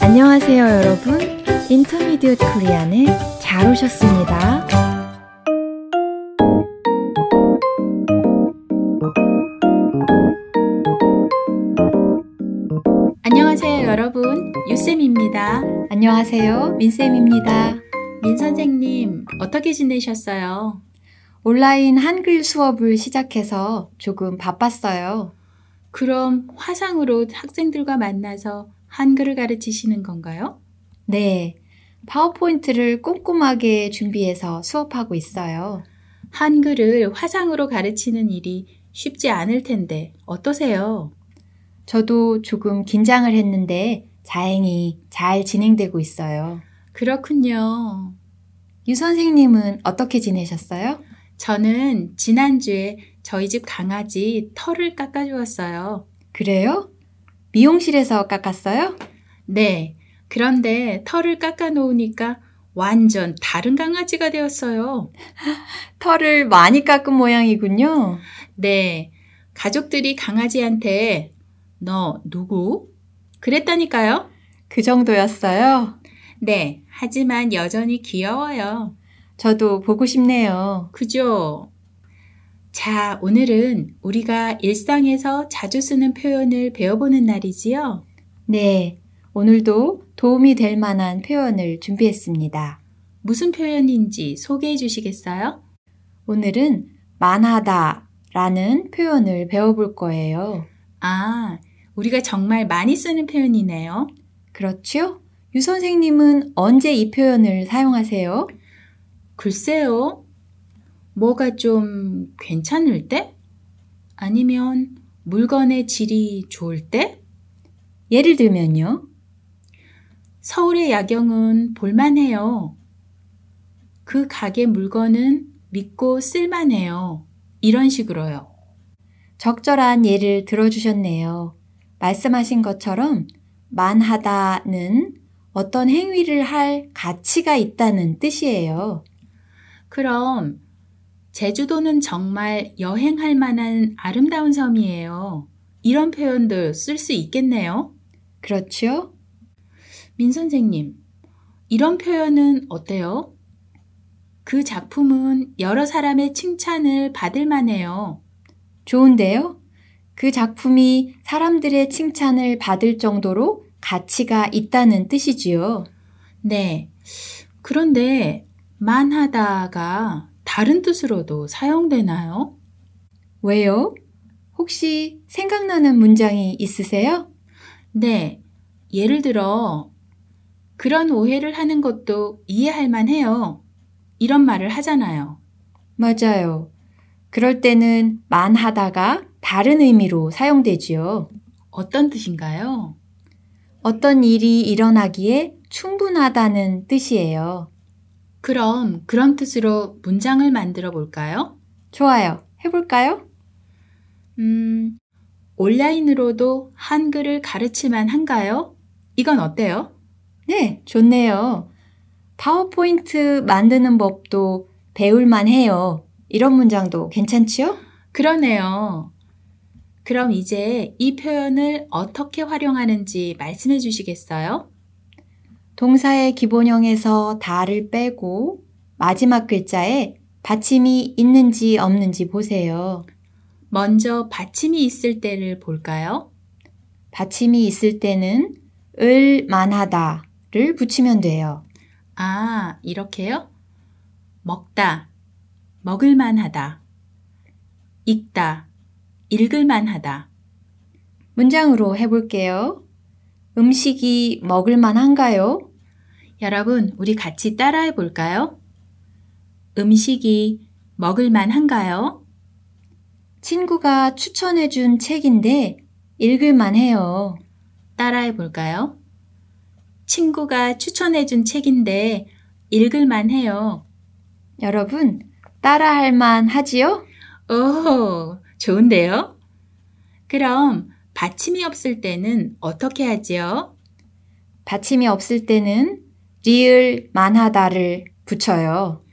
안녕하세요, 여러분. 인터미디엇 코리안에 잘 오셨습니다. 안녕하세요, 여러분. 유쌤입니다. 안녕하세요, 민쌤입니다. 민 선생님, 어떻게 지내셨어요? 온라인 한글 수업을 시작해서 조금 바빴어요. 그럼 화상으로 학생들과 만나서 한글을 가르치시는 건가요? 네. 파워포인트를 꼼꼼하게 준비해서 수업하고 있어요. 한글을 화상으로 가르치는 일이 쉽지 않을 텐데 어떠세요? 저도 조금 긴장을 했는데 다행히 잘 진행되고 있어요. 그렇군요. 유 선생님은 어떻게 지내셨어요? 저는 지난주에 저희 집 강아지 털을 깎아주었어요. 그래요? 미용실에서 깎았어요? 네. 그런데 털을 깎아놓으니까 완전 다른 강아지가 되었어요. 털을 많이 깎은 모양이군요. 네. 가족들이 강아지한테 너 누구? 그랬다니까요. 그 정도였어요. 네. 하지만 여전히 귀여워요. 저도 보고 싶네요. 그죠? 자, 오늘은 우리가 일상에서 자주 쓰는 표현을 배워보는 날이지요. 네. 오늘도 도움이 될 만한 표현을 준비했습니다. 무슨 표현인지 소개해 주시겠어요? 오늘은 만하다 라는 표현을 배워볼 거예요. 아, 우리가 정말 많이 쓰는 표현이네요. 그렇죠? 유 선생님은 언제 이 표현을 사용하세요? 글쎄요. 뭐가 좀 괜찮을 때? 아니면 물건의 질이 좋을 때? 예를 들면요. 서울의 야경은 볼만해요. 그 가게 물건은 믿고 쓸만해요. 이런 식으로요. 적절한 예를 들어주셨네요. 말씀하신 것처럼 만하다는 어떤 행위를 할 가치가 있다는 뜻이에요. 그럼 제주도는 정말 여행할 만한 아름다운 섬이에요. 이런 표현도 쓸 수 있겠네요. 그렇죠? 민 선생님, 이런 표현은 어때요? 그 작품은 여러 사람의 칭찬을 받을 만해요. 좋은데요? 그 작품이 사람들의 칭찬을 받을 정도로 가치가 있다는 뜻이지요. 네. 그런데 만하다가 다른 뜻으로도 사용되나요? 왜요? 혹시 생각나는 문장이 있으세요? 네. 예를 들어, 그런 오해를 하는 것도 이해할 만해요. 이런 말을 하잖아요. 맞아요. 그럴 때는 만하다가 다른 의미로 사용되지요. 어떤 뜻인가요? 어떤 일이 일어나기에 충분하다는 뜻이에요. 그럼 그런 뜻으로 문장을 만들어 볼까요? 좋아요. 해볼까요? 음, 온라인으로도 한글을 가르칠만 한가요? 이건 어때요? 네, 좋네요. 파워포인트 만드는 법도 배울만 해요. 이런 문장도 괜찮지요? 그러네요. 그럼 이제 이 표현을 어떻게 활용하는지 말씀해 주시겠어요? 동사의 기본형에서 다를 빼고 마지막 글자에 받침이 있는지 없는지 보세요. 먼저 받침이 있을 때를 볼까요? 받침이 있을 때는 을 만하다를 붙이면 돼요. 아, 이렇게요? 먹다, 먹을만하다, 읽다, 읽을만하다. 문장으로 해볼게요. 음식이 먹을만한가요? 여러분, 우리 같이 따라해 볼까요? 음식이 먹을만한가요? 친구가 추천해준 책인데 읽을만해요. 따라해 볼까요? 친구가 추천해준 책인데 읽을만해요. 여러분, 따라할 만 하지요? 오, 좋은데요? 그럼 받침이 없을 때는 어떻게 하지요? 받침이 없을 때는 리을 만하다를 붙여요.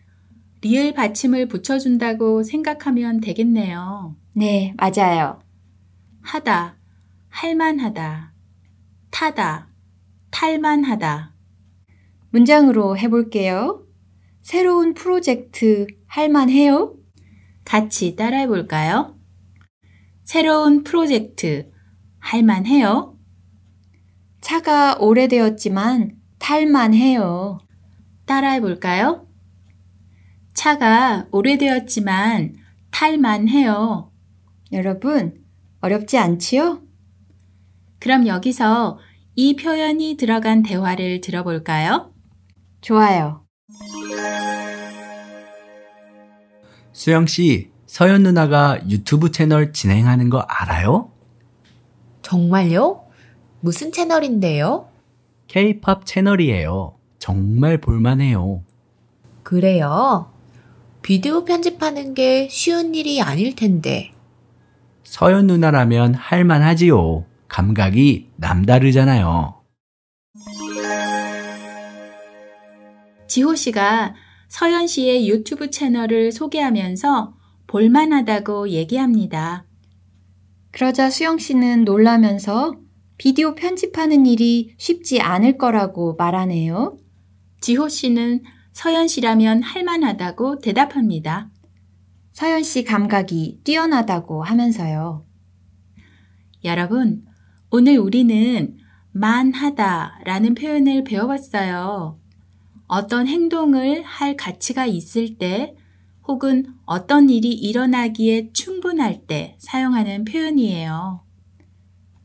리을 받침을 붙여준다고 생각하면 되겠네요. 네, 맞아요. 하다, 할만하다, 타다, 탈만하다. 문장으로 해볼게요. 새로운 프로젝트 할만해요? 같이 따라해 볼까요? 새로운 프로젝트 할만해요? 차가 오래되었지만 탈만해요. 따라해 볼까요? 차가 오래되었지만 탈만해요. 여러분, 어렵지 않지요? 그럼 여기서 이 표현이 들어간 대화를 들어볼까요? 좋아요. 수영 씨, 서연 누나가 유튜브 채널 진행하는 거 알아요? 정말요? 무슨 채널인데요? K-pop 채널이에요. 정말 볼만해요. 그래요? 비디오 편집하는 게 쉬운 일이 아닐 텐데. 서연 누나라면 할만하지요. 감각이 남다르잖아요. 지호 씨가 서연 씨의 유튜브 채널을 소개하면서 볼만하다고 얘기합니다. 그러자 수영 씨는 놀라면서 비디오 편집하는 일이 쉽지 않을 거라고 말하네요. 지호 씨는 서연 씨라면 할만하다고 대답합니다. 서연 씨 감각이 뛰어나다고 하면서요. 여러분, 오늘 우리는 만하다 라는 표현을 배워봤어요. 어떤 행동을 할 가치가 있을 때 혹은 어떤 일이 일어나기에 충분할 때 사용하는 표현이에요.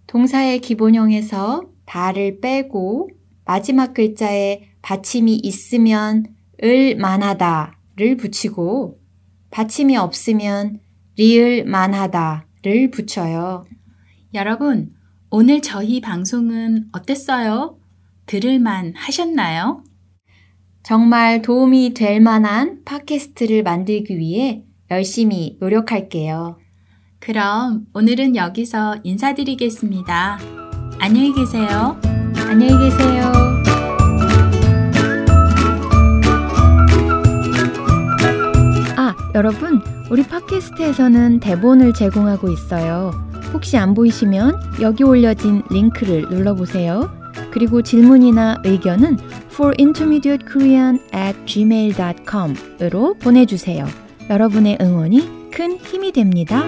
동사의 기본형에서 다를 빼고 마지막 글자에 받침이 있으면 을 만하다를 붙이고 받침이 없으면 리을 만하다를 붙여요. 여러분, 오늘 저희 방송은 어땠어요? 들을만 하셨나요? 정말 도움이 될 만한 팟캐스트를 만들기 위해 열심히 노력할게요. 그럼 오늘은 여기서 인사드리겠습니다. 안녕히 계세요. 안녕히 계세요. 아, 여러분, 우리 팟캐스트에서는 대본을 제공하고 있어요. 혹시 안 보이시면 여기 올려진 링크를 눌러보세요. 그리고 질문이나 의견은 forintermediatekorean@gmail.com으로 보내주세요. 여러분의 응원이 큰 힘이 됩니다.